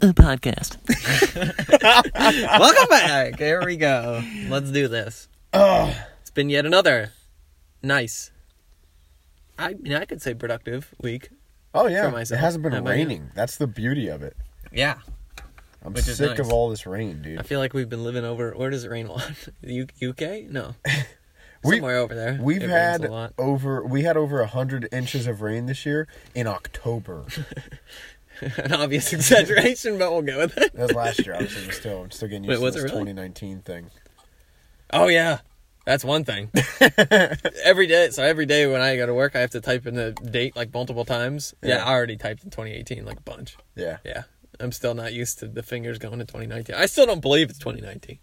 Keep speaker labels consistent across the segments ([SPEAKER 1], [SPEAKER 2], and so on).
[SPEAKER 1] a podcast.
[SPEAKER 2] Welcome back. Here we go. Let's do this. It's been yet another nice. I mean, I could say productive week.
[SPEAKER 3] Oh yeah,
[SPEAKER 2] For myself.
[SPEAKER 3] it hasn't
[SPEAKER 2] How
[SPEAKER 3] been
[SPEAKER 2] about you?
[SPEAKER 3] raining. That's the beauty of it.
[SPEAKER 2] Yeah.
[SPEAKER 3] I'm
[SPEAKER 2] Which is
[SPEAKER 3] sick
[SPEAKER 2] nice.
[SPEAKER 3] of all this rain,
[SPEAKER 2] I
[SPEAKER 3] dude.
[SPEAKER 2] feel like we've been living over. Where does it rain a lot? U- UK? No.
[SPEAKER 3] We-
[SPEAKER 2] Somewhere over there.
[SPEAKER 3] We've
[SPEAKER 2] it
[SPEAKER 3] had
[SPEAKER 2] Rains a lot.
[SPEAKER 3] over we had over hundred inches of rain this year in October.
[SPEAKER 2] An obvious exaggeration, but we'll go with it.
[SPEAKER 3] That was last year. Obviously, I'm still I'm still getting
[SPEAKER 2] Wait,
[SPEAKER 3] used
[SPEAKER 2] was
[SPEAKER 3] to
[SPEAKER 2] it
[SPEAKER 3] this
[SPEAKER 2] really?
[SPEAKER 3] 2019 thing.
[SPEAKER 2] Oh yeah, that's one thing. every day, so every day when I go to work, I have to type in the date like multiple times. Yeah,
[SPEAKER 3] Yeah.
[SPEAKER 2] I already typed in 2018 like a bunch.
[SPEAKER 3] Yeah.
[SPEAKER 2] Yeah, I'm still not used to the fingers going to 2019. I still don't believe it's 2019.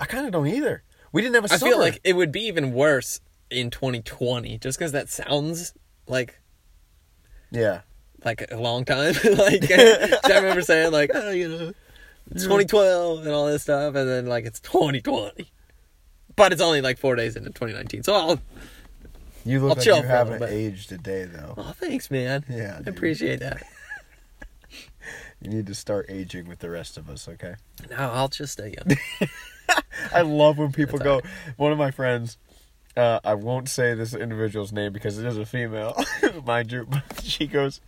[SPEAKER 3] I kind of don't either. We didn't have a
[SPEAKER 2] I
[SPEAKER 3] summer.
[SPEAKER 2] feel like it would be even worse in 2020, just because that sounds like
[SPEAKER 3] yeah.
[SPEAKER 2] like a long time. like I remember saying like, oh, you know, it's 2012 and all this stuff, and then like it's 2020, but it's only like four days into 2019. So I'll
[SPEAKER 3] You
[SPEAKER 2] I'll
[SPEAKER 3] look like
[SPEAKER 2] chill
[SPEAKER 3] you
[SPEAKER 2] for a
[SPEAKER 3] haven't
[SPEAKER 2] little bit.
[SPEAKER 3] aged a day though.
[SPEAKER 2] Oh, thanks, man.
[SPEAKER 3] Yeah, dude.
[SPEAKER 2] I appreciate that.
[SPEAKER 3] You need to start aging with the rest of us, okay?
[SPEAKER 2] No, I'll just stay young.
[SPEAKER 3] I love when people go. One of my friends, uh, I won't say this individual's name because it is a female, mind you. But she goes,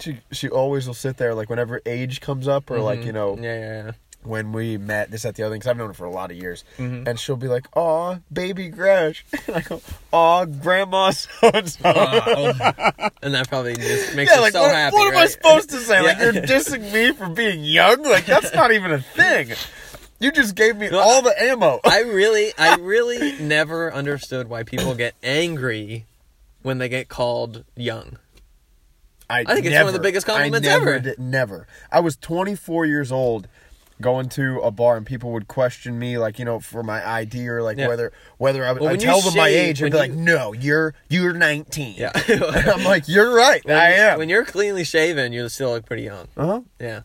[SPEAKER 3] she she always will sit there like whenever age comes up or like you know
[SPEAKER 2] Mm-hmm. yeah, yeah, yeah.
[SPEAKER 3] when we met this at the other thing because I've known her for a lot of years,
[SPEAKER 2] Mm-hmm.
[SPEAKER 3] and she'll be like, "Aw, baby Gresh," and I go, "Aw, grandma so and so."
[SPEAKER 2] Wow. Oh. and that probably just makes
[SPEAKER 3] Yeah,
[SPEAKER 2] her
[SPEAKER 3] like
[SPEAKER 2] so
[SPEAKER 3] what,
[SPEAKER 2] happy.
[SPEAKER 3] what am I
[SPEAKER 2] right?
[SPEAKER 3] supposed to say? Like
[SPEAKER 2] Yeah.
[SPEAKER 3] you're dissing me for being young? Like that's not even a thing. You just gave me all the ammo.
[SPEAKER 2] I really, I really never understood why people get angry when they get called young. I think it's one of the biggest compliments
[SPEAKER 3] I never
[SPEAKER 2] ever.
[SPEAKER 3] Did, never. I was 24 years old going to a bar and people would question me like you know for my ID or like
[SPEAKER 2] Yeah.
[SPEAKER 3] whether whether I would
[SPEAKER 2] Well,
[SPEAKER 3] I
[SPEAKER 2] when you
[SPEAKER 3] tell them my
[SPEAKER 2] shave-
[SPEAKER 3] age and
[SPEAKER 2] when
[SPEAKER 3] be like
[SPEAKER 2] you-
[SPEAKER 3] no you're you're 19
[SPEAKER 2] Yeah.
[SPEAKER 3] And I'm like you're right
[SPEAKER 2] When
[SPEAKER 3] I
[SPEAKER 2] you-
[SPEAKER 3] am
[SPEAKER 2] When you're cleanly shaven, you still look pretty young.
[SPEAKER 3] uh-huh.
[SPEAKER 2] Yeah.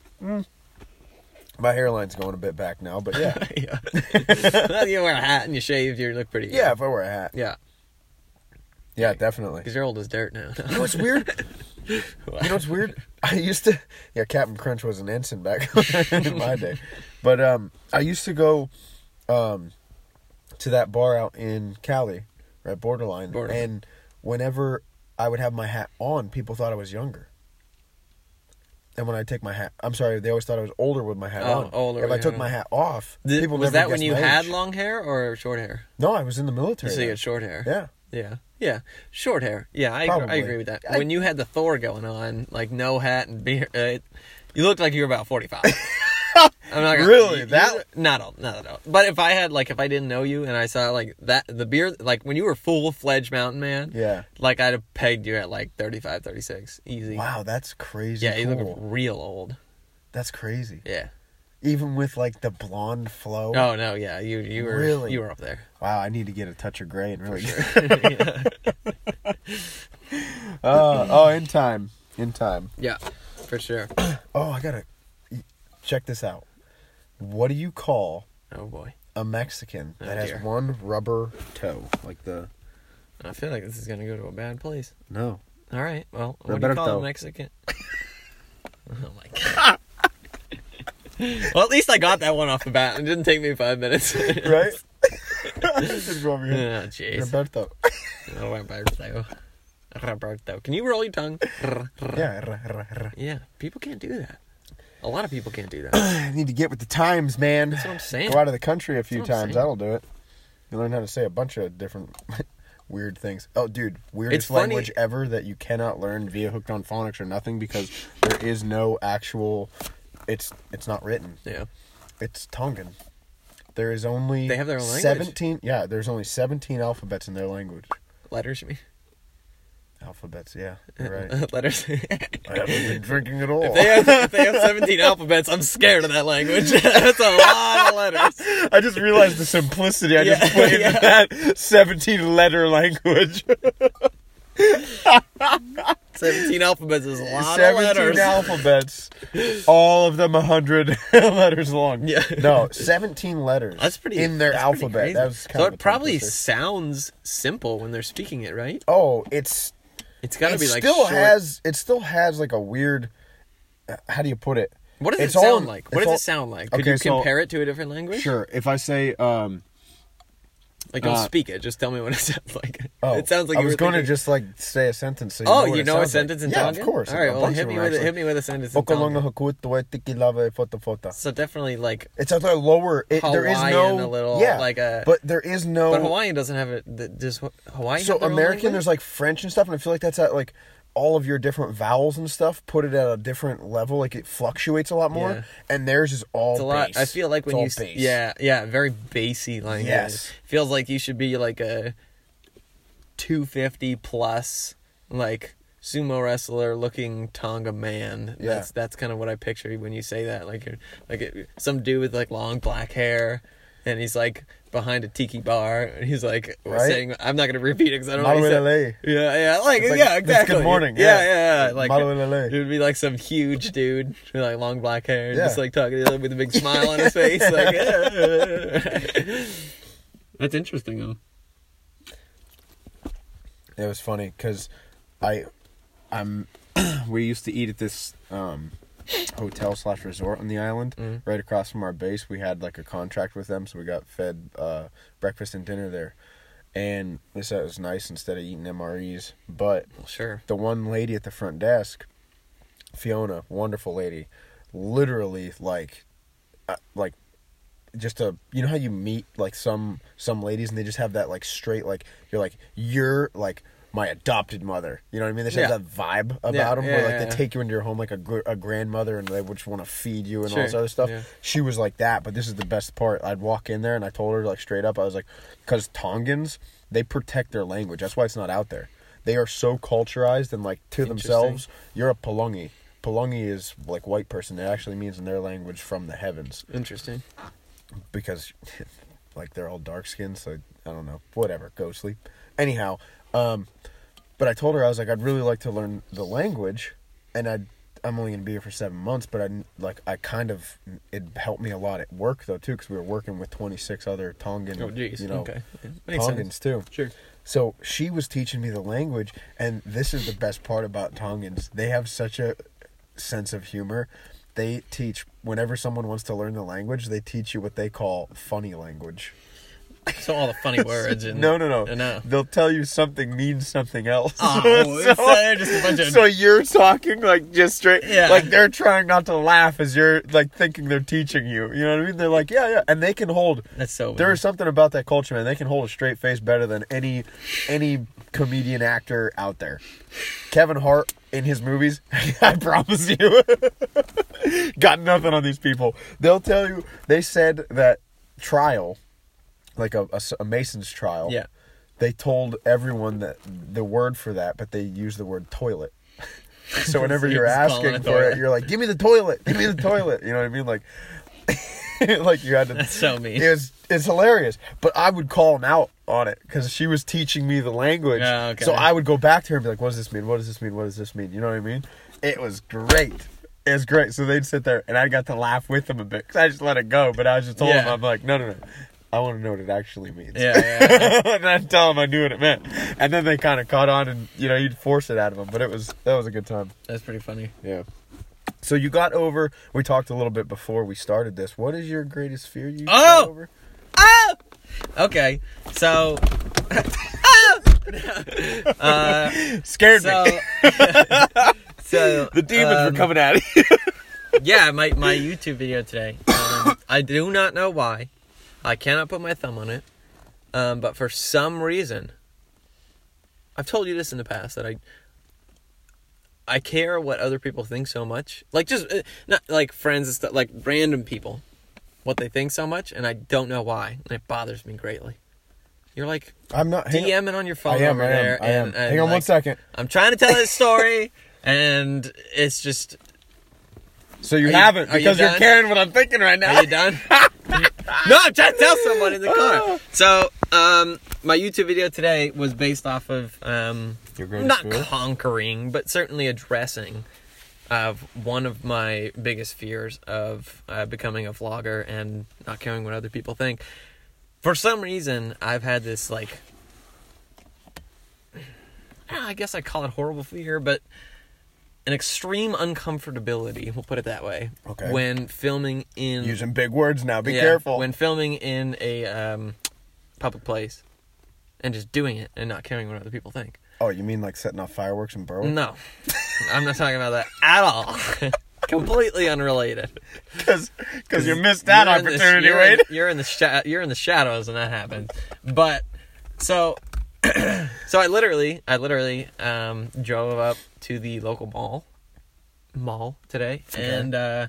[SPEAKER 3] my hairline's going a bit back now but yeah
[SPEAKER 2] yeah. you wear a hat and you shave, you look pretty.
[SPEAKER 3] yeah
[SPEAKER 2] Young.
[SPEAKER 3] if I wear a hat
[SPEAKER 2] Yeah.
[SPEAKER 3] yeah definitely
[SPEAKER 2] Because you're old as dirt now.
[SPEAKER 3] you know what's weird you know what's weird I used to yeah Captain Crunch was an ensign back in my day but um I used to go um to that bar out in Cali, right, borderline.
[SPEAKER 2] Borderline.
[SPEAKER 3] And whenever I would have my hat on, people thought I was younger. And when I take my hat, I'm sorry, they always thought I was older with my hat
[SPEAKER 2] Oh,
[SPEAKER 3] on.
[SPEAKER 2] older
[SPEAKER 3] If
[SPEAKER 2] with
[SPEAKER 3] I
[SPEAKER 2] your
[SPEAKER 3] took
[SPEAKER 2] hat
[SPEAKER 3] my
[SPEAKER 2] on.
[SPEAKER 3] hat off,
[SPEAKER 2] Did-
[SPEAKER 3] people
[SPEAKER 2] was
[SPEAKER 3] never
[SPEAKER 2] that when
[SPEAKER 3] guessed
[SPEAKER 2] you
[SPEAKER 3] my
[SPEAKER 2] had
[SPEAKER 3] age.
[SPEAKER 2] long hair or short hair?
[SPEAKER 3] No, I was in the military.
[SPEAKER 2] So you
[SPEAKER 3] then.
[SPEAKER 2] had short hair.
[SPEAKER 3] yeah.
[SPEAKER 2] Yeah, yeah, short hair. Yeah, I, agree- I
[SPEAKER 3] Probably.
[SPEAKER 2] agree with that.
[SPEAKER 3] I-
[SPEAKER 2] when you had the Thor going on, like no hat and beard, uh, it- you looked like you were about forty five. I'm not gonna,
[SPEAKER 3] Really?
[SPEAKER 2] you-
[SPEAKER 3] That-
[SPEAKER 2] you- not all, not at all. But if I had like if I didn't know you and I saw like that the beard like when you were full fledged mountain man,
[SPEAKER 3] Yeah.
[SPEAKER 2] like I'd have pegged you at like 35, 36. easy.
[SPEAKER 3] Wow, that's crazy.
[SPEAKER 2] Yeah, you look
[SPEAKER 3] cool.
[SPEAKER 2] real old.
[SPEAKER 3] That's crazy.
[SPEAKER 2] Yeah.
[SPEAKER 3] Even with like the blonde flow.
[SPEAKER 2] Oh no, yeah, you you were
[SPEAKER 3] Really?
[SPEAKER 2] you were up there.
[SPEAKER 3] Wow, I need to get a touch of gray and really. Uh, oh, in time. In time.
[SPEAKER 2] Yeah, for sure.
[SPEAKER 3] Oh, I gotta check this out. What do you call
[SPEAKER 2] Oh boy,
[SPEAKER 3] a Mexican that
[SPEAKER 2] dear.
[SPEAKER 3] has one rubber toe, Oh, like the
[SPEAKER 2] I feel like this is gonna go to a bad place.
[SPEAKER 3] no?
[SPEAKER 2] All right. Well, what do you
[SPEAKER 3] Roberto.
[SPEAKER 2] call a Mexican? oh my god. well, at least I got that one off the bat. It didn't take me five minutes.
[SPEAKER 3] Right. Just go over
[SPEAKER 2] oh
[SPEAKER 3] here.
[SPEAKER 2] jeez.
[SPEAKER 3] Roberto.
[SPEAKER 2] Oh, Roberto. Roberto. Can you roll your tongue?
[SPEAKER 3] Yeah. r- r- r-
[SPEAKER 2] yeah. People can't do that. A lot of people can't do that. That's
[SPEAKER 3] I need to get with the times, man.
[SPEAKER 2] what I'm saying.
[SPEAKER 3] Go out of the country a few
[SPEAKER 2] That's what I'm
[SPEAKER 3] times.
[SPEAKER 2] saying.
[SPEAKER 3] That'll do it. You learn how to say a bunch of different weird things. Oh, dude, weirdest
[SPEAKER 2] funny-
[SPEAKER 3] language ever that you cannot learn via hooked on phonics or nothing because there is no actual. It's it's not written.
[SPEAKER 2] Yeah.
[SPEAKER 3] It's Tongan. There is only
[SPEAKER 2] They have their own language?
[SPEAKER 3] seventeen. Yeah, there's only seventeen alphabets in their language.
[SPEAKER 2] Letters, you mean?
[SPEAKER 3] Alphabets, yeah, you're right.
[SPEAKER 2] Letters.
[SPEAKER 3] I haven't been drinking at all.
[SPEAKER 2] They have, if they have 17 alphabets. I'm scared of that language. That's a lot of letters.
[SPEAKER 3] I just realized the simplicity I
[SPEAKER 2] Yeah,
[SPEAKER 3] just put into
[SPEAKER 2] yeah.
[SPEAKER 3] that seventeen-letter language.
[SPEAKER 2] 17 alphabets is a lot of letters.
[SPEAKER 3] seventeen alphabets, all of them hundred letters long.
[SPEAKER 2] Yeah.
[SPEAKER 3] no, seventeen letters.
[SPEAKER 2] That's pretty.
[SPEAKER 3] in their
[SPEAKER 2] that's pretty
[SPEAKER 3] alphabet.
[SPEAKER 2] crazy.
[SPEAKER 3] That was kind
[SPEAKER 2] so
[SPEAKER 3] of a
[SPEAKER 2] it probably
[SPEAKER 3] tongue twister.
[SPEAKER 2] sounds simple when they're speaking it, right?
[SPEAKER 3] Oh, it's
[SPEAKER 2] It's got to
[SPEAKER 3] it
[SPEAKER 2] be like
[SPEAKER 3] still
[SPEAKER 2] short-
[SPEAKER 3] has it still has like a weird uh, how do you put it
[SPEAKER 2] What does
[SPEAKER 3] It's
[SPEAKER 2] it
[SPEAKER 3] all-
[SPEAKER 2] sound like? What
[SPEAKER 3] it's
[SPEAKER 2] does
[SPEAKER 3] all-
[SPEAKER 2] it sound like? Could
[SPEAKER 3] Okay,
[SPEAKER 2] you
[SPEAKER 3] so-
[SPEAKER 2] compare it to a different language?
[SPEAKER 3] Sure. If I say, um,
[SPEAKER 2] Like, don't
[SPEAKER 3] Uh,
[SPEAKER 2] speak it. Just tell me what it sounds like.
[SPEAKER 3] oh,
[SPEAKER 2] it sounds like
[SPEAKER 3] I
[SPEAKER 2] you
[SPEAKER 3] was
[SPEAKER 2] were
[SPEAKER 3] going to
[SPEAKER 2] thinking-
[SPEAKER 3] just like say a sentence. So you
[SPEAKER 2] Oh,
[SPEAKER 3] know what
[SPEAKER 2] you
[SPEAKER 3] it
[SPEAKER 2] know a
[SPEAKER 3] sounds like.
[SPEAKER 2] sentence in
[SPEAKER 3] yeah,
[SPEAKER 2] Tongan?
[SPEAKER 3] of course.
[SPEAKER 2] All right,
[SPEAKER 3] A
[SPEAKER 2] well,
[SPEAKER 3] bunch
[SPEAKER 2] hit
[SPEAKER 3] of
[SPEAKER 2] me
[SPEAKER 3] them,
[SPEAKER 2] with it.
[SPEAKER 3] actually.
[SPEAKER 2] Hit me with a sentence in
[SPEAKER 3] Okolonga
[SPEAKER 2] Tongan.
[SPEAKER 3] hakut tuwe tiki lava e fota fota.
[SPEAKER 2] So definitely like,
[SPEAKER 3] It's like a lower. It, there is
[SPEAKER 2] Hawaiian
[SPEAKER 3] no
[SPEAKER 2] a little,
[SPEAKER 3] yeah,
[SPEAKER 2] like a-
[SPEAKER 3] but there is no.
[SPEAKER 2] but Hawaiian doesn't have it. th- Does Haw- Hawaii?
[SPEAKER 3] so
[SPEAKER 2] have their own
[SPEAKER 3] American,
[SPEAKER 2] language?
[SPEAKER 3] there's like French and stuff, and I feel like that's at like all of your different vowels and stuff put it at a different level. Like it fluctuates a lot more,
[SPEAKER 2] Yeah.
[SPEAKER 3] and theirs is all.
[SPEAKER 2] It's a lot. I
[SPEAKER 3] bass.
[SPEAKER 2] feel like
[SPEAKER 3] It's
[SPEAKER 2] when you,
[SPEAKER 3] all
[SPEAKER 2] s-
[SPEAKER 3] bass.
[SPEAKER 2] yeah, yeah, very bassy language.
[SPEAKER 3] Yes.
[SPEAKER 2] feels like you should be like a two fifty plus, like sumo wrestler looking Tonga man.
[SPEAKER 3] Yeah.
[SPEAKER 2] That's that's kind of what I picture when you say that. Like you're like it, some dude with like long black hair. And he's like behind a tiki bar, and he's like
[SPEAKER 3] Right?
[SPEAKER 2] saying, "I'm not gonna repeat it because I don't know what he said."
[SPEAKER 3] Malwelele.
[SPEAKER 2] Yeah, yeah, like,
[SPEAKER 3] It's like,
[SPEAKER 2] yeah,
[SPEAKER 3] "It's good
[SPEAKER 2] exactly.
[SPEAKER 3] morning,"
[SPEAKER 2] Yeah,
[SPEAKER 3] yeah.
[SPEAKER 2] yeah, yeah. Like
[SPEAKER 3] Malwelele.
[SPEAKER 2] it would be like some huge dude with like long black hair, and
[SPEAKER 3] Yeah.
[SPEAKER 2] just like talking to them with a big smile on his face. Like, that's interesting though.
[SPEAKER 3] It was funny because I, I'm, we used to eat at this um, hotel slash resort on the island, right across from our base. We had like a contract with them, so we got fed uh, breakfast and dinner there, and they said it was nice instead of eating MREs. But
[SPEAKER 2] Sure.
[SPEAKER 3] the one lady at the front desk, Fiona, wonderful lady, literally like, uh, like, just a you know how you meet like some some ladies and they just have that like straight like you're like you're like my adopted mother you know what I mean they just
[SPEAKER 2] Yeah.
[SPEAKER 3] have that vibe about
[SPEAKER 2] Yeah,
[SPEAKER 3] them
[SPEAKER 2] yeah,
[SPEAKER 3] where like
[SPEAKER 2] yeah,
[SPEAKER 3] they
[SPEAKER 2] yeah.
[SPEAKER 3] take you into your home like a gr- a grandmother and they would just want to feed you and all this
[SPEAKER 2] Sure,
[SPEAKER 3] other stuff
[SPEAKER 2] yeah.
[SPEAKER 3] she was like that but this is the best part I'd walk in there and I told her like straight up I was like because Tongans they protect their language that's why it's not out there they are so culturized and like to
[SPEAKER 2] Interesting.
[SPEAKER 3] themselves you're a Polongi Polongi is like white person it actually means in their language from the heavens
[SPEAKER 2] Interesting.
[SPEAKER 3] because like they're all dark skinned, so I don't know. Whatever, go sleep. Anyhow, um but I told her I was like I'd really like to learn the language and I I'm only going to be here for 7 months, but I like I kind of it helped me a lot at work though too cuz we were working with 26 other Tongan,
[SPEAKER 2] Oh, jeez.
[SPEAKER 3] you know,
[SPEAKER 2] okay. Yeah, Makes
[SPEAKER 3] Tongans
[SPEAKER 2] sense.
[SPEAKER 3] too.
[SPEAKER 2] Sure.
[SPEAKER 3] So she was teaching me the language, and this is the best part about Tongans. They have such a sense of humor. They teach whenever someone wants to learn the language, they teach you what they call funny language.
[SPEAKER 2] So all the funny words and
[SPEAKER 3] No, no, no.
[SPEAKER 2] and, uh,
[SPEAKER 3] They'll tell you something means something else.
[SPEAKER 2] Oh, it's, uh, just a bunch of-
[SPEAKER 3] so you're talking like just straight,
[SPEAKER 2] Yeah.
[SPEAKER 3] like they're trying not to laugh as you're like thinking they're teaching you. You know what I mean? They're like, yeah, yeah, and they can hold
[SPEAKER 2] That's so. Weird.
[SPEAKER 3] there is something about that culture, man. They can hold a straight face better than any any comedian actor out there. Kevin Hart in his movies, I promise you, got nothing on these people. They'll tell you. They said that trial, like a, a s- a mason's trial.
[SPEAKER 2] Yeah.
[SPEAKER 3] They told everyone that the word for that, but they used the word toilet. So whenever
[SPEAKER 2] You're
[SPEAKER 3] you're
[SPEAKER 2] just calling
[SPEAKER 3] asking
[SPEAKER 2] it
[SPEAKER 3] for
[SPEAKER 2] toilet.
[SPEAKER 3] it, you're like, "Give me the toilet! Give me the toilet!" You know what I mean? Like, like you had to
[SPEAKER 2] That's so mean.
[SPEAKER 3] it's it's hilarious. But I would call him out on it because she was teaching me the language.
[SPEAKER 2] Yeah, okay.
[SPEAKER 3] So I would go back to her and be like, "What does this mean? What does this mean? What does this mean?" You know what I mean? It was great. It was great. So they'd sit there and I got to laugh with them a bit because I just let it go. But I was just told
[SPEAKER 2] Yeah.
[SPEAKER 3] them, I'm like, "No, no, no." I want to know what it actually means.
[SPEAKER 2] Yeah, yeah, yeah.
[SPEAKER 3] and I'd tell them I knew what it meant. And then they kind of caught on and, you know, you'd force it out of them. But it was, that was a good time.
[SPEAKER 2] that's pretty funny.
[SPEAKER 3] Yeah. So you got over. We talked a little bit before we started this. What is your greatest fear? You
[SPEAKER 2] Oh!
[SPEAKER 3] got over?
[SPEAKER 2] Ah! Okay, so
[SPEAKER 3] scared
[SPEAKER 2] so
[SPEAKER 3] me.
[SPEAKER 2] so
[SPEAKER 3] The demons
[SPEAKER 2] um,
[SPEAKER 3] were coming at you.
[SPEAKER 2] yeah, my, my YouTube video today. Um, I do not know why. I cannot put my thumb on it. Um, but for some reason, I've told you this in the past that I I care what other people think so much. Like just uh, not like friends and stuff, like random people, what they think so much, and I don't know why, and it bothers me greatly. You're like
[SPEAKER 3] I'm not. hang on.
[SPEAKER 2] DM it on your phone
[SPEAKER 3] I am.
[SPEAKER 2] over
[SPEAKER 3] I am.
[SPEAKER 2] there.
[SPEAKER 3] I am.
[SPEAKER 2] and- and,
[SPEAKER 3] hang on one
[SPEAKER 2] like,
[SPEAKER 3] second.
[SPEAKER 2] I'm trying to tell this story, and it's just
[SPEAKER 3] So you
[SPEAKER 2] Are you-
[SPEAKER 3] haven't
[SPEAKER 2] are you
[SPEAKER 3] because you are
[SPEAKER 2] done?
[SPEAKER 3] caring what I'm thinking right now.
[SPEAKER 2] Are you done? no, I'm trying to tell someone in the
[SPEAKER 3] Oh.
[SPEAKER 2] car. So, um, my YouTube video today was based off of um,
[SPEAKER 3] Your greatest
[SPEAKER 2] not
[SPEAKER 3] fear?
[SPEAKER 2] conquering, but certainly addressing of one of my biggest fears of uh, becoming a vlogger and not caring what other people think. For some reason, I've had this like. I guess I call it horrible fear, but an extreme uncomfortability. We'll put it that way.
[SPEAKER 3] Okay.
[SPEAKER 2] When filming in
[SPEAKER 3] Using big words now. Be
[SPEAKER 2] yeah,
[SPEAKER 3] careful.
[SPEAKER 2] when filming in a um, public place and just doing it and not caring what other people think.
[SPEAKER 3] oh, you mean like setting off fireworks in Berwick?
[SPEAKER 2] No, I'm not talking about that at all. Completely unrelated.
[SPEAKER 3] Because you missed that
[SPEAKER 2] You're in the-
[SPEAKER 3] opportunity,
[SPEAKER 2] you're
[SPEAKER 3] right?
[SPEAKER 2] in- you're in the sha- you're in the shadows when that happened. But so so I literally I literally um, drove up to the local mall mall today and uh,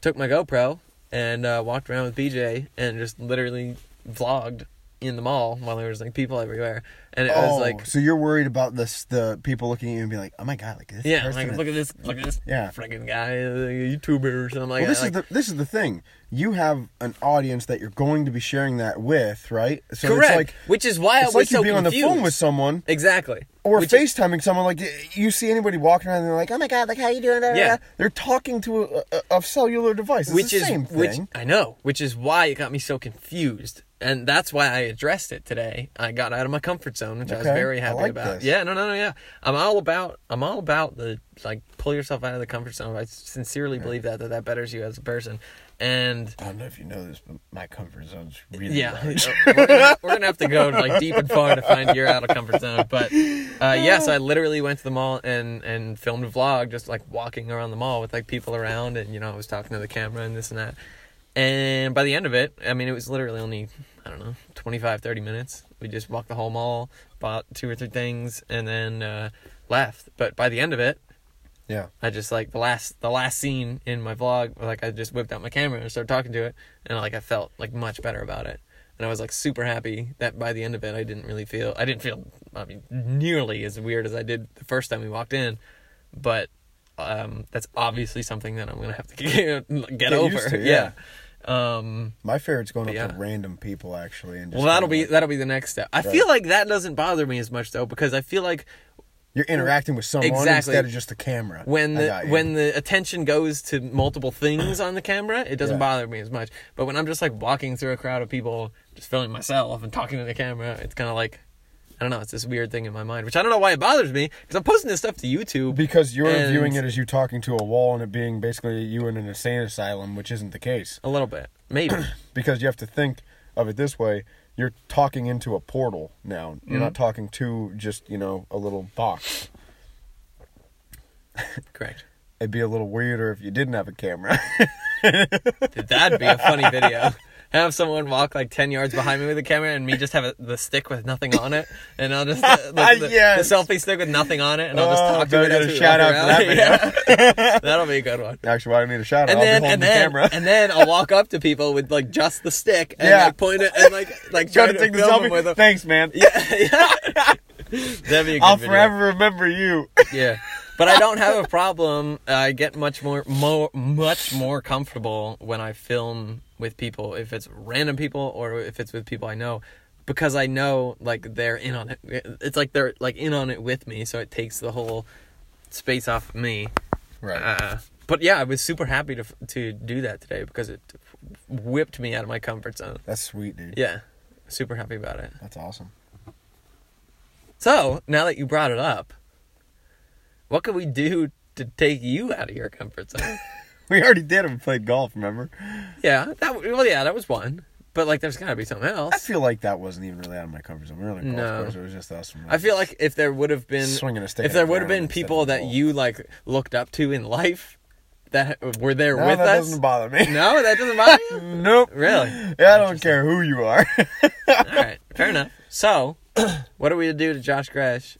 [SPEAKER 2] took my GoPro and uh, walked around with BJ and just literally vlogged in the mall while there was like people everywhere and it was like
[SPEAKER 3] Oh, so you're worried about this? The people looking at you and being like, "Oh my god, like this
[SPEAKER 2] yeah
[SPEAKER 3] person."
[SPEAKER 2] like
[SPEAKER 3] is-
[SPEAKER 2] look at this look at this
[SPEAKER 3] Yeah.
[SPEAKER 2] freaking guy a YouTuber or something like
[SPEAKER 3] well, this
[SPEAKER 2] that.
[SPEAKER 3] is the this is the thing. You have an audience that you're going to be sharing that with, right? So
[SPEAKER 2] correct
[SPEAKER 3] It's like,
[SPEAKER 2] which is why I
[SPEAKER 3] it's
[SPEAKER 2] was
[SPEAKER 3] like
[SPEAKER 2] so
[SPEAKER 3] you're being on the phone
[SPEAKER 2] confused.
[SPEAKER 3] with someone
[SPEAKER 2] Exactly.
[SPEAKER 3] or
[SPEAKER 2] Which-
[SPEAKER 3] FaceTiming someone. Like you see anybody walking around, and they're like, "Oh my god, like how you doing?"
[SPEAKER 2] Yeah.
[SPEAKER 3] They're talking to a, a, a cellular device. It's
[SPEAKER 2] which
[SPEAKER 3] the
[SPEAKER 2] is
[SPEAKER 3] same thing.
[SPEAKER 2] which I know, which is why it got me so confused, and that's why I addressed it today. I got out of my comfort zone, which I was
[SPEAKER 3] Okay,
[SPEAKER 2] very
[SPEAKER 3] I
[SPEAKER 2] happy
[SPEAKER 3] like
[SPEAKER 2] about.
[SPEAKER 3] this.
[SPEAKER 2] Yeah, no, no, no, yeah. I'm all about I'm all about the like pull yourself out of the comfort zone. I sincerely believe that that that betters you as a person, and
[SPEAKER 3] I don't know if you know this, but my comfort zone's really
[SPEAKER 2] yeah,
[SPEAKER 3] large.
[SPEAKER 2] we're, gonna, we're gonna have to go like deep and far to find your out of comfort zone. But uh, yeah, so I literally went to the mall and and filmed a vlog, just like walking around the mall with like people around, and you know I was talking to the camera and this and that. And by the end of it, I mean it was literally only I don't know 25, 30 minutes. We just walked the whole mall, bought two or three things, and then uh, left. But by the end of it,
[SPEAKER 3] Yeah.
[SPEAKER 2] I just like the last the last scene in my vlog, like I just whipped out my camera and started talking to it, and like I felt like much better about it, and I was like super happy that by the end of it I didn't really feel I didn't feel I mean nearly as weird as I did the first time we walked in, but um, that's obviously something that I'm gonna have to get, get, over.
[SPEAKER 3] used to,
[SPEAKER 2] yeah. Um,
[SPEAKER 3] My favorite's going up
[SPEAKER 2] Yeah.
[SPEAKER 3] to random people actually, and just
[SPEAKER 2] well, that'll
[SPEAKER 3] being
[SPEAKER 2] be
[SPEAKER 3] like-
[SPEAKER 2] that'll be the next step. I feel like that doesn't bother me as much though because I feel like
[SPEAKER 3] you're interacting with someone
[SPEAKER 2] Exactly.
[SPEAKER 3] instead of just the camera.
[SPEAKER 2] when
[SPEAKER 3] I
[SPEAKER 2] the
[SPEAKER 3] got you.
[SPEAKER 2] when the attention goes to multiple things on the camera, it doesn't
[SPEAKER 3] Yeah.
[SPEAKER 2] bother me as much. But when I'm just like walking through a crowd of people, just filming myself and talking to the camera, it's kind of like I don't know. It's this weird thing in my mind, which I don't know why it bothers me because I'm posting this stuff to YouTube.
[SPEAKER 3] because you're
[SPEAKER 2] and-
[SPEAKER 3] viewing it as you talking to a wall and it being basically you in an insane asylum, which isn't the case.
[SPEAKER 2] a little bit, maybe.
[SPEAKER 3] Because you have to think of it this way: you're talking into a portal now. You're
[SPEAKER 2] Mm-hmm.
[SPEAKER 3] not talking to just you know a little box.
[SPEAKER 2] Correct.
[SPEAKER 3] It'd be a little weirder if you didn't have a camera.
[SPEAKER 2] That'd be a funny video. Have someone walk like ten yards behind me with a camera, and me just have a, the stick with nothing on it, and I'll just uh, like, the,
[SPEAKER 3] Yes.
[SPEAKER 2] the selfie stick with nothing on it, and I'll just
[SPEAKER 3] Oh,
[SPEAKER 2] talk to
[SPEAKER 3] better
[SPEAKER 2] it
[SPEAKER 3] get
[SPEAKER 2] as
[SPEAKER 3] a
[SPEAKER 2] we
[SPEAKER 3] shout
[SPEAKER 2] walk
[SPEAKER 3] out for
[SPEAKER 2] around. Yeah. That'll be a good one.
[SPEAKER 3] Actually, I don't need a shout out.
[SPEAKER 2] and
[SPEAKER 3] I'll
[SPEAKER 2] then
[SPEAKER 3] be holding
[SPEAKER 2] and
[SPEAKER 3] the
[SPEAKER 2] then
[SPEAKER 3] camera.
[SPEAKER 2] and then I'll walk up to people with like just the stick and
[SPEAKER 3] Yeah.
[SPEAKER 2] like point it and like like try
[SPEAKER 3] Gotta
[SPEAKER 2] to
[SPEAKER 3] take the
[SPEAKER 2] film them with
[SPEAKER 3] selfie.
[SPEAKER 2] them.
[SPEAKER 3] Thanks, man.
[SPEAKER 2] Yeah, yeah. That'd be a good
[SPEAKER 3] I'll
[SPEAKER 2] video.
[SPEAKER 3] forever remember you.
[SPEAKER 2] Yeah, but I don't have a problem. I get much more more much more comfortable when I film with people, if it's random people or if it's with people I know. Because I know, like they're in on it. It's like they're like in on it with me, so it takes the whole space off of me.
[SPEAKER 3] Right.
[SPEAKER 2] Uh, but yeah, I was super happy to to do that today because it whipped me out of my comfort zone.
[SPEAKER 3] That's sweet, dude.
[SPEAKER 2] Yeah, super happy about it.
[SPEAKER 3] That's awesome.
[SPEAKER 2] So now that you brought it up, what can we do to take you out of your comfort zone?
[SPEAKER 3] We already did it. We played golf, remember?
[SPEAKER 2] yeah, that well, yeah, that was one. But like, there's got to be something
[SPEAKER 3] I
[SPEAKER 2] else.
[SPEAKER 3] feel like that wasn't even really out of my comfort zone. We were on a golf
[SPEAKER 2] No.
[SPEAKER 3] course. It was just us. and-
[SPEAKER 2] I feel like if there would have been
[SPEAKER 3] Swinging a stick
[SPEAKER 2] if
[SPEAKER 3] at
[SPEAKER 2] there
[SPEAKER 3] the
[SPEAKER 2] would have
[SPEAKER 3] ground
[SPEAKER 2] been
[SPEAKER 3] instead
[SPEAKER 2] people
[SPEAKER 3] of a
[SPEAKER 2] that
[SPEAKER 3] ball.
[SPEAKER 2] you like looked up to in life that were there
[SPEAKER 3] no,
[SPEAKER 2] with
[SPEAKER 3] that
[SPEAKER 2] us.
[SPEAKER 3] doesn't bother me.
[SPEAKER 2] no, that doesn't bother you.
[SPEAKER 3] nope.
[SPEAKER 2] Really?
[SPEAKER 3] Yeah, I don't care who you are.
[SPEAKER 2] All right, fair enough. So, what do we do to Josh Grash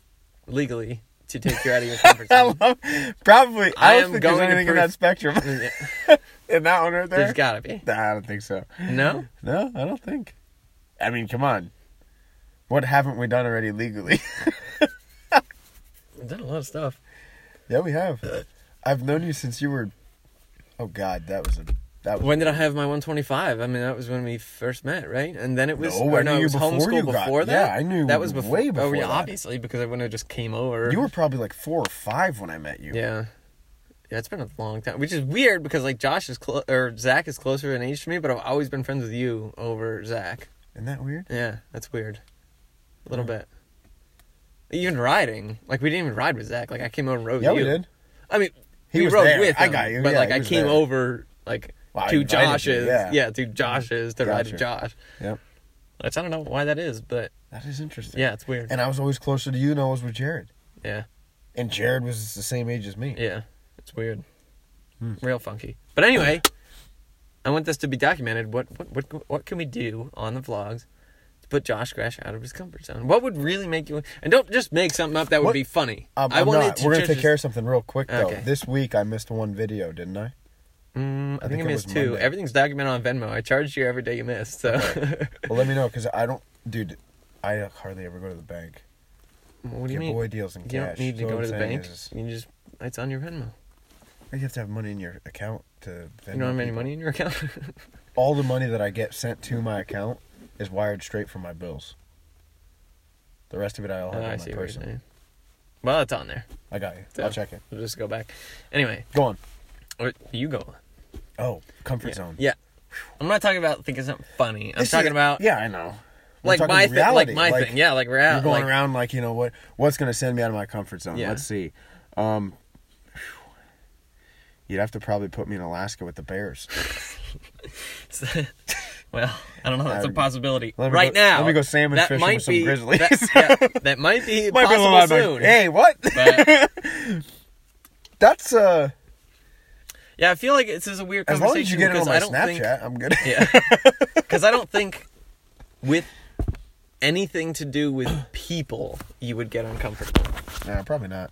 [SPEAKER 2] legally to take you out of your comfort
[SPEAKER 3] I
[SPEAKER 2] zone?
[SPEAKER 3] love- Probably.
[SPEAKER 2] I
[SPEAKER 3] I,
[SPEAKER 2] am
[SPEAKER 3] don't think there's
[SPEAKER 2] going to
[SPEAKER 3] anything in
[SPEAKER 2] prove-
[SPEAKER 3] that spectrum. in that one right there?
[SPEAKER 2] There's gotta be.
[SPEAKER 3] Nah, I don't think so.
[SPEAKER 2] No?
[SPEAKER 3] No, I don't think. I mean, come on. What haven't we done already legally?
[SPEAKER 2] We've done a lot of stuff.
[SPEAKER 3] yeah, we have. I've known you since you were. Oh God, that was a that was
[SPEAKER 2] When did I have my 125? I mean, that was when we first met, right? And then it was
[SPEAKER 3] No,
[SPEAKER 2] or
[SPEAKER 3] I knew
[SPEAKER 2] it
[SPEAKER 3] you
[SPEAKER 2] was
[SPEAKER 3] before
[SPEAKER 2] homeschool
[SPEAKER 3] you got-
[SPEAKER 2] before that.
[SPEAKER 3] yeah, I knew
[SPEAKER 2] that was
[SPEAKER 3] you
[SPEAKER 2] before.
[SPEAKER 3] way
[SPEAKER 2] oh,
[SPEAKER 3] before
[SPEAKER 2] yeah,
[SPEAKER 3] that.
[SPEAKER 2] obviously because I wouldn't have just came over.
[SPEAKER 3] You were probably like four or five when I met you.
[SPEAKER 2] yeah, yeah. It's been a long time, which is weird because like Josh is clo- or Zach is closer in age to me, but I've always been friends with you over Zach.
[SPEAKER 3] Isn't that weird?
[SPEAKER 2] Yeah, that's weird.
[SPEAKER 3] Hmm.
[SPEAKER 2] A little bit. Even riding, like we didn't even ride with Zach. Like I came over and rode.
[SPEAKER 3] yeah,
[SPEAKER 2] with
[SPEAKER 3] we
[SPEAKER 2] you.
[SPEAKER 3] did.
[SPEAKER 2] I mean,
[SPEAKER 3] He
[SPEAKER 2] we
[SPEAKER 3] was
[SPEAKER 2] rode
[SPEAKER 3] there.
[SPEAKER 2] with
[SPEAKER 3] I
[SPEAKER 2] him,
[SPEAKER 3] got you.
[SPEAKER 2] but
[SPEAKER 3] Yeah,
[SPEAKER 2] like
[SPEAKER 3] he
[SPEAKER 2] I
[SPEAKER 3] was
[SPEAKER 2] came
[SPEAKER 3] there.
[SPEAKER 2] over like
[SPEAKER 3] Well, I
[SPEAKER 2] to
[SPEAKER 3] invited you,
[SPEAKER 2] Josh's,
[SPEAKER 3] yeah.
[SPEAKER 2] yeah. to Josh's to ride to Josh.
[SPEAKER 3] Yep.
[SPEAKER 2] Which I don't know why that is, but
[SPEAKER 3] That is interesting.
[SPEAKER 2] yeah, it's weird.
[SPEAKER 3] And I was always closer to you than I was with Jared.
[SPEAKER 2] yeah,
[SPEAKER 3] And Jared was the same age as me.
[SPEAKER 2] yeah, it's weird.
[SPEAKER 3] Hmm.
[SPEAKER 2] Real funky. But anyway, I want this to be documented. What what what what can we do on the vlogs? to Put Josh Grash out of his comfort zone. What would really make you? And don't just make something up that would
[SPEAKER 3] What?
[SPEAKER 2] be funny.
[SPEAKER 3] Um,
[SPEAKER 2] I
[SPEAKER 3] I'm
[SPEAKER 2] wanted
[SPEAKER 3] not.
[SPEAKER 2] to
[SPEAKER 3] We're gonna
[SPEAKER 2] just-
[SPEAKER 3] take care of something real quick though.
[SPEAKER 2] Okay.
[SPEAKER 3] This week I missed one video, didn't I?
[SPEAKER 2] Mm, I, think,
[SPEAKER 3] think
[SPEAKER 2] I
[SPEAKER 3] it
[SPEAKER 2] missed
[SPEAKER 3] was
[SPEAKER 2] two.
[SPEAKER 3] Monday.
[SPEAKER 2] Everything's documented on Venmo. I charged you every day you missed. So,
[SPEAKER 3] Well, let me know because I don't, dude. I hardly ever go to the bank.
[SPEAKER 2] what do you
[SPEAKER 3] Your
[SPEAKER 2] mean?
[SPEAKER 3] boy deals in
[SPEAKER 2] You don't
[SPEAKER 3] cash.
[SPEAKER 2] need to
[SPEAKER 3] So
[SPEAKER 2] go
[SPEAKER 3] what
[SPEAKER 2] to the
[SPEAKER 3] I'm saying
[SPEAKER 2] bank.
[SPEAKER 3] is-
[SPEAKER 2] You just it's on your Venmo.
[SPEAKER 3] you have to have money in your account to.
[SPEAKER 2] You don't
[SPEAKER 3] Venmo
[SPEAKER 2] have any
[SPEAKER 3] people.
[SPEAKER 2] money in your account.
[SPEAKER 3] All the money that I get sent to my account is wired straight from my bills. The rest of it I'll
[SPEAKER 2] Oh,
[SPEAKER 3] have
[SPEAKER 2] I
[SPEAKER 3] on
[SPEAKER 2] see
[SPEAKER 3] my
[SPEAKER 2] what you're
[SPEAKER 3] person.
[SPEAKER 2] saying. Well, it's on there.
[SPEAKER 3] I got you.
[SPEAKER 2] So-
[SPEAKER 3] I'll check it.
[SPEAKER 2] We'll just go back. Anyway,
[SPEAKER 3] Go on.
[SPEAKER 2] or you go.
[SPEAKER 3] Oh, comfort
[SPEAKER 2] Yeah.
[SPEAKER 3] zone.
[SPEAKER 2] yeah. I'm not talking about thinking something funny. I'm
[SPEAKER 3] This is-
[SPEAKER 2] talking about
[SPEAKER 3] Yeah, I know. We're
[SPEAKER 2] like
[SPEAKER 3] talking
[SPEAKER 2] my thing. Like
[SPEAKER 3] reality,
[SPEAKER 2] my thing. Yeah, like reality.
[SPEAKER 3] You're going
[SPEAKER 2] like,
[SPEAKER 3] around like you know what what's going to send me out of my comfort zone.
[SPEAKER 2] Yeah.
[SPEAKER 3] Let's see. Um, phew. you'd have to probably put me in Alaska with the bears.
[SPEAKER 2] well, I don't know. That's a
[SPEAKER 3] Um,
[SPEAKER 2] possibility.
[SPEAKER 3] let me
[SPEAKER 2] Right
[SPEAKER 3] go-
[SPEAKER 2] now,
[SPEAKER 3] let me go salmon
[SPEAKER 2] that
[SPEAKER 3] fishing
[SPEAKER 2] might
[SPEAKER 3] with some
[SPEAKER 2] be-
[SPEAKER 3] grizzlies.
[SPEAKER 2] That, yeah, that might be
[SPEAKER 3] Might be a little
[SPEAKER 2] possible
[SPEAKER 3] out of my-
[SPEAKER 2] soon.
[SPEAKER 3] Hey, what?
[SPEAKER 2] but,
[SPEAKER 3] That's uh.
[SPEAKER 2] yeah, I feel like this is a weird
[SPEAKER 3] As
[SPEAKER 2] conversation
[SPEAKER 3] long as you get it on
[SPEAKER 2] because
[SPEAKER 3] my
[SPEAKER 2] I don't
[SPEAKER 3] Snapchat,
[SPEAKER 2] think
[SPEAKER 3] I'm good.
[SPEAKER 2] Yeah. Because I don't think with anything to do with people, you would get uncomfortable.
[SPEAKER 3] nah, probably not.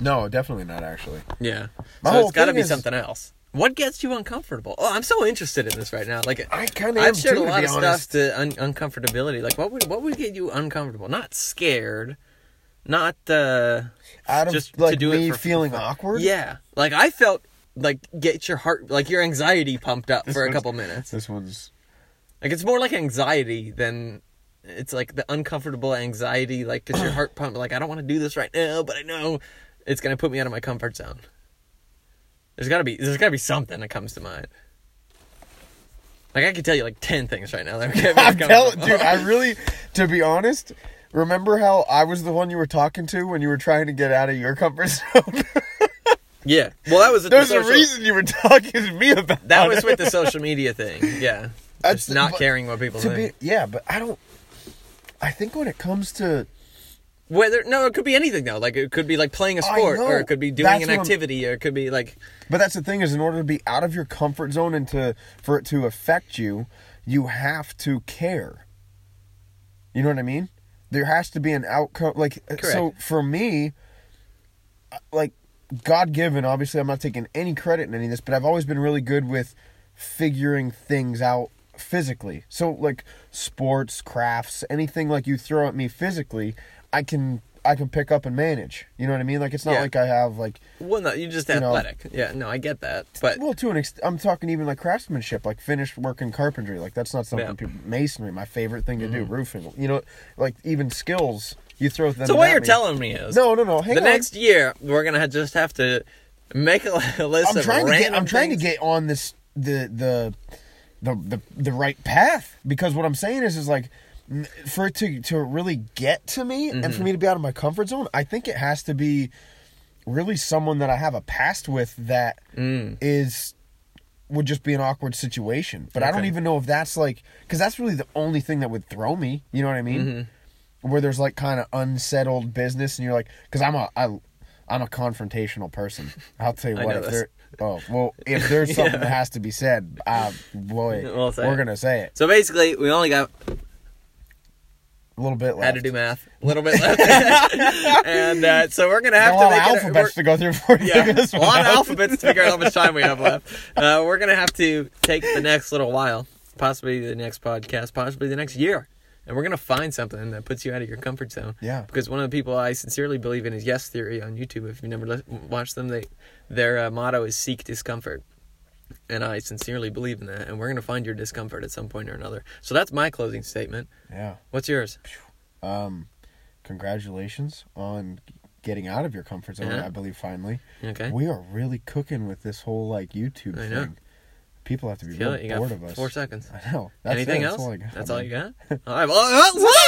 [SPEAKER 3] No, definitely not. Actually,
[SPEAKER 2] Yeah.
[SPEAKER 3] My
[SPEAKER 2] so
[SPEAKER 3] whole
[SPEAKER 2] it's got to
[SPEAKER 3] thing
[SPEAKER 2] be
[SPEAKER 3] is-
[SPEAKER 2] something else. What gets you uncomfortable? Oh, I'm so interested in this right now. Like
[SPEAKER 3] I kinda am
[SPEAKER 2] I've shared
[SPEAKER 3] too,
[SPEAKER 2] a
[SPEAKER 3] to
[SPEAKER 2] lot
[SPEAKER 3] be
[SPEAKER 2] of
[SPEAKER 3] honest.
[SPEAKER 2] stuff to un- uncomfortability. Like what would what would get you uncomfortable? Not scared. Not uh
[SPEAKER 3] out of
[SPEAKER 2] Just to
[SPEAKER 3] like
[SPEAKER 2] do it
[SPEAKER 3] me
[SPEAKER 2] for-
[SPEAKER 3] feeling awkward.
[SPEAKER 2] yeah. Like I felt like get your heart like your anxiety pumped up for a
[SPEAKER 3] one's-
[SPEAKER 2] couple minutes.
[SPEAKER 3] This one's
[SPEAKER 2] Like it's more like anxiety than it's like the uncomfortable anxiety, like because your heart pump, like I don't want to do this right now, but I know it's gonna put me out of my comfort zone. There's gotta be there's gotta be something that comes to mind. Like I could tell you like ten things right now that get me
[SPEAKER 3] I'm telling,
[SPEAKER 2] uncomfortable.
[SPEAKER 3] dude. I really, to be honest, remember how I was the one you were talking to when you were trying to get out of your comfort zone.
[SPEAKER 2] Yeah. Well, that was at the
[SPEAKER 3] There's a
[SPEAKER 2] social-
[SPEAKER 3] reason you were talking to me about
[SPEAKER 2] That
[SPEAKER 3] it.
[SPEAKER 2] was with the social media thing. Yeah.
[SPEAKER 3] That's-
[SPEAKER 2] Just not
[SPEAKER 3] but-
[SPEAKER 2] caring what people
[SPEAKER 3] to
[SPEAKER 2] think.
[SPEAKER 3] be. Yeah, but I don't. I think when it comes to
[SPEAKER 2] Whether no, it could be anything though. Like it could be like playing a
[SPEAKER 3] I
[SPEAKER 2] sport,
[SPEAKER 3] know.
[SPEAKER 2] or it could be doing
[SPEAKER 3] That's
[SPEAKER 2] an
[SPEAKER 3] what I'm-
[SPEAKER 2] activity, or it could be like
[SPEAKER 3] But that's the thing is, in order to be out of your comfort zone and to for it to affect you, you have to care. You know what I mean? There has to be an outcome. Like uh, so,
[SPEAKER 2] Correct.
[SPEAKER 3] for me, uh, like God given. Obviously, I'm not taking any credit in any of this, but I've always been really good with figuring things out physically. So like sports, crafts, anything like you throw at me physically, I can I can pick up and manage. You know what I mean? Like it's not
[SPEAKER 2] Yeah.
[SPEAKER 3] like I have like
[SPEAKER 2] Well, no, you're just
[SPEAKER 3] You know.
[SPEAKER 2] athletic. yeah, no, I get that, but
[SPEAKER 3] well, to an extent, I'm talking even like craftsmanship, like finished work in carpentry. Like that's not something
[SPEAKER 2] Yeah. Mm-hmm.
[SPEAKER 3] people masonry, my favorite thing to do, roofing. You know, like even skills you throw them.
[SPEAKER 2] so what
[SPEAKER 3] at
[SPEAKER 2] you're
[SPEAKER 3] me.
[SPEAKER 2] telling me is
[SPEAKER 3] No, no, no. Hang
[SPEAKER 2] the
[SPEAKER 3] on.
[SPEAKER 2] next year we're gonna ha- just have to make a li- list
[SPEAKER 3] I'm
[SPEAKER 2] of
[SPEAKER 3] trying to
[SPEAKER 2] random
[SPEAKER 3] get. I'm trying to
[SPEAKER 2] things.
[SPEAKER 3] get on this the the the the the right path because what I'm saying is is like n- for it to to really get to me and
[SPEAKER 2] Mm-hmm.
[SPEAKER 3] for me to be out of my comfort zone, I think it has to be really someone that I have a past with that
[SPEAKER 2] Mm.
[SPEAKER 3] is would just be an awkward situation. But I don't
[SPEAKER 2] Okay.
[SPEAKER 3] even know if that's like because that's really the only thing that would throw me. You know what I mean?
[SPEAKER 2] Mm-hmm.
[SPEAKER 3] Where there's like kind of unsettled business, and you're like, because I'm a I, I'm a confrontational person. I'll tell you
[SPEAKER 2] I
[SPEAKER 3] what.
[SPEAKER 2] know
[SPEAKER 3] If
[SPEAKER 2] this.
[SPEAKER 3] there, oh well, if there's something that has to be said, uh, boy,
[SPEAKER 2] We'll say
[SPEAKER 3] we're
[SPEAKER 2] it.
[SPEAKER 3] gonna say it
[SPEAKER 2] So basically, we only got
[SPEAKER 3] a little bit. Left.
[SPEAKER 2] how to do math, a little bit left, and uh, so we're gonna have
[SPEAKER 3] Got a
[SPEAKER 2] to
[SPEAKER 3] lot of
[SPEAKER 2] make it.
[SPEAKER 3] alphabets
[SPEAKER 2] we're-
[SPEAKER 3] to go through before you
[SPEAKER 2] yeah,
[SPEAKER 3] figure this
[SPEAKER 2] a
[SPEAKER 3] one
[SPEAKER 2] lot of
[SPEAKER 3] out.
[SPEAKER 2] alphabets to figure out how much time we have left. Uh, we're gonna have to take the next little while, possibly the next podcast, possibly the next year, and we're gonna find something that puts you out of your comfort zone.
[SPEAKER 3] Yeah.
[SPEAKER 2] Because one of the people I sincerely believe in is Yes Theory on YouTube. If you've never li- watched them, they their uh, motto is seek discomfort. And I sincerely believe in that, and we're gonna find your discomfort at some point or another. So that's my closing statement.
[SPEAKER 3] Yeah.
[SPEAKER 2] What's yours?
[SPEAKER 3] Um, congratulations on getting out of your comfort zone.
[SPEAKER 2] Yeah.
[SPEAKER 3] I believe finally.
[SPEAKER 2] Okay.
[SPEAKER 3] We are really cooking with this whole like YouTube
[SPEAKER 2] I
[SPEAKER 3] thing.
[SPEAKER 2] know.
[SPEAKER 3] People have to be
[SPEAKER 2] Feel
[SPEAKER 3] real
[SPEAKER 2] it? You
[SPEAKER 3] bored
[SPEAKER 2] got
[SPEAKER 3] of us.
[SPEAKER 2] four seconds.
[SPEAKER 3] I know.
[SPEAKER 2] Anything else?
[SPEAKER 3] I got.
[SPEAKER 2] That's all you got. all right. Well,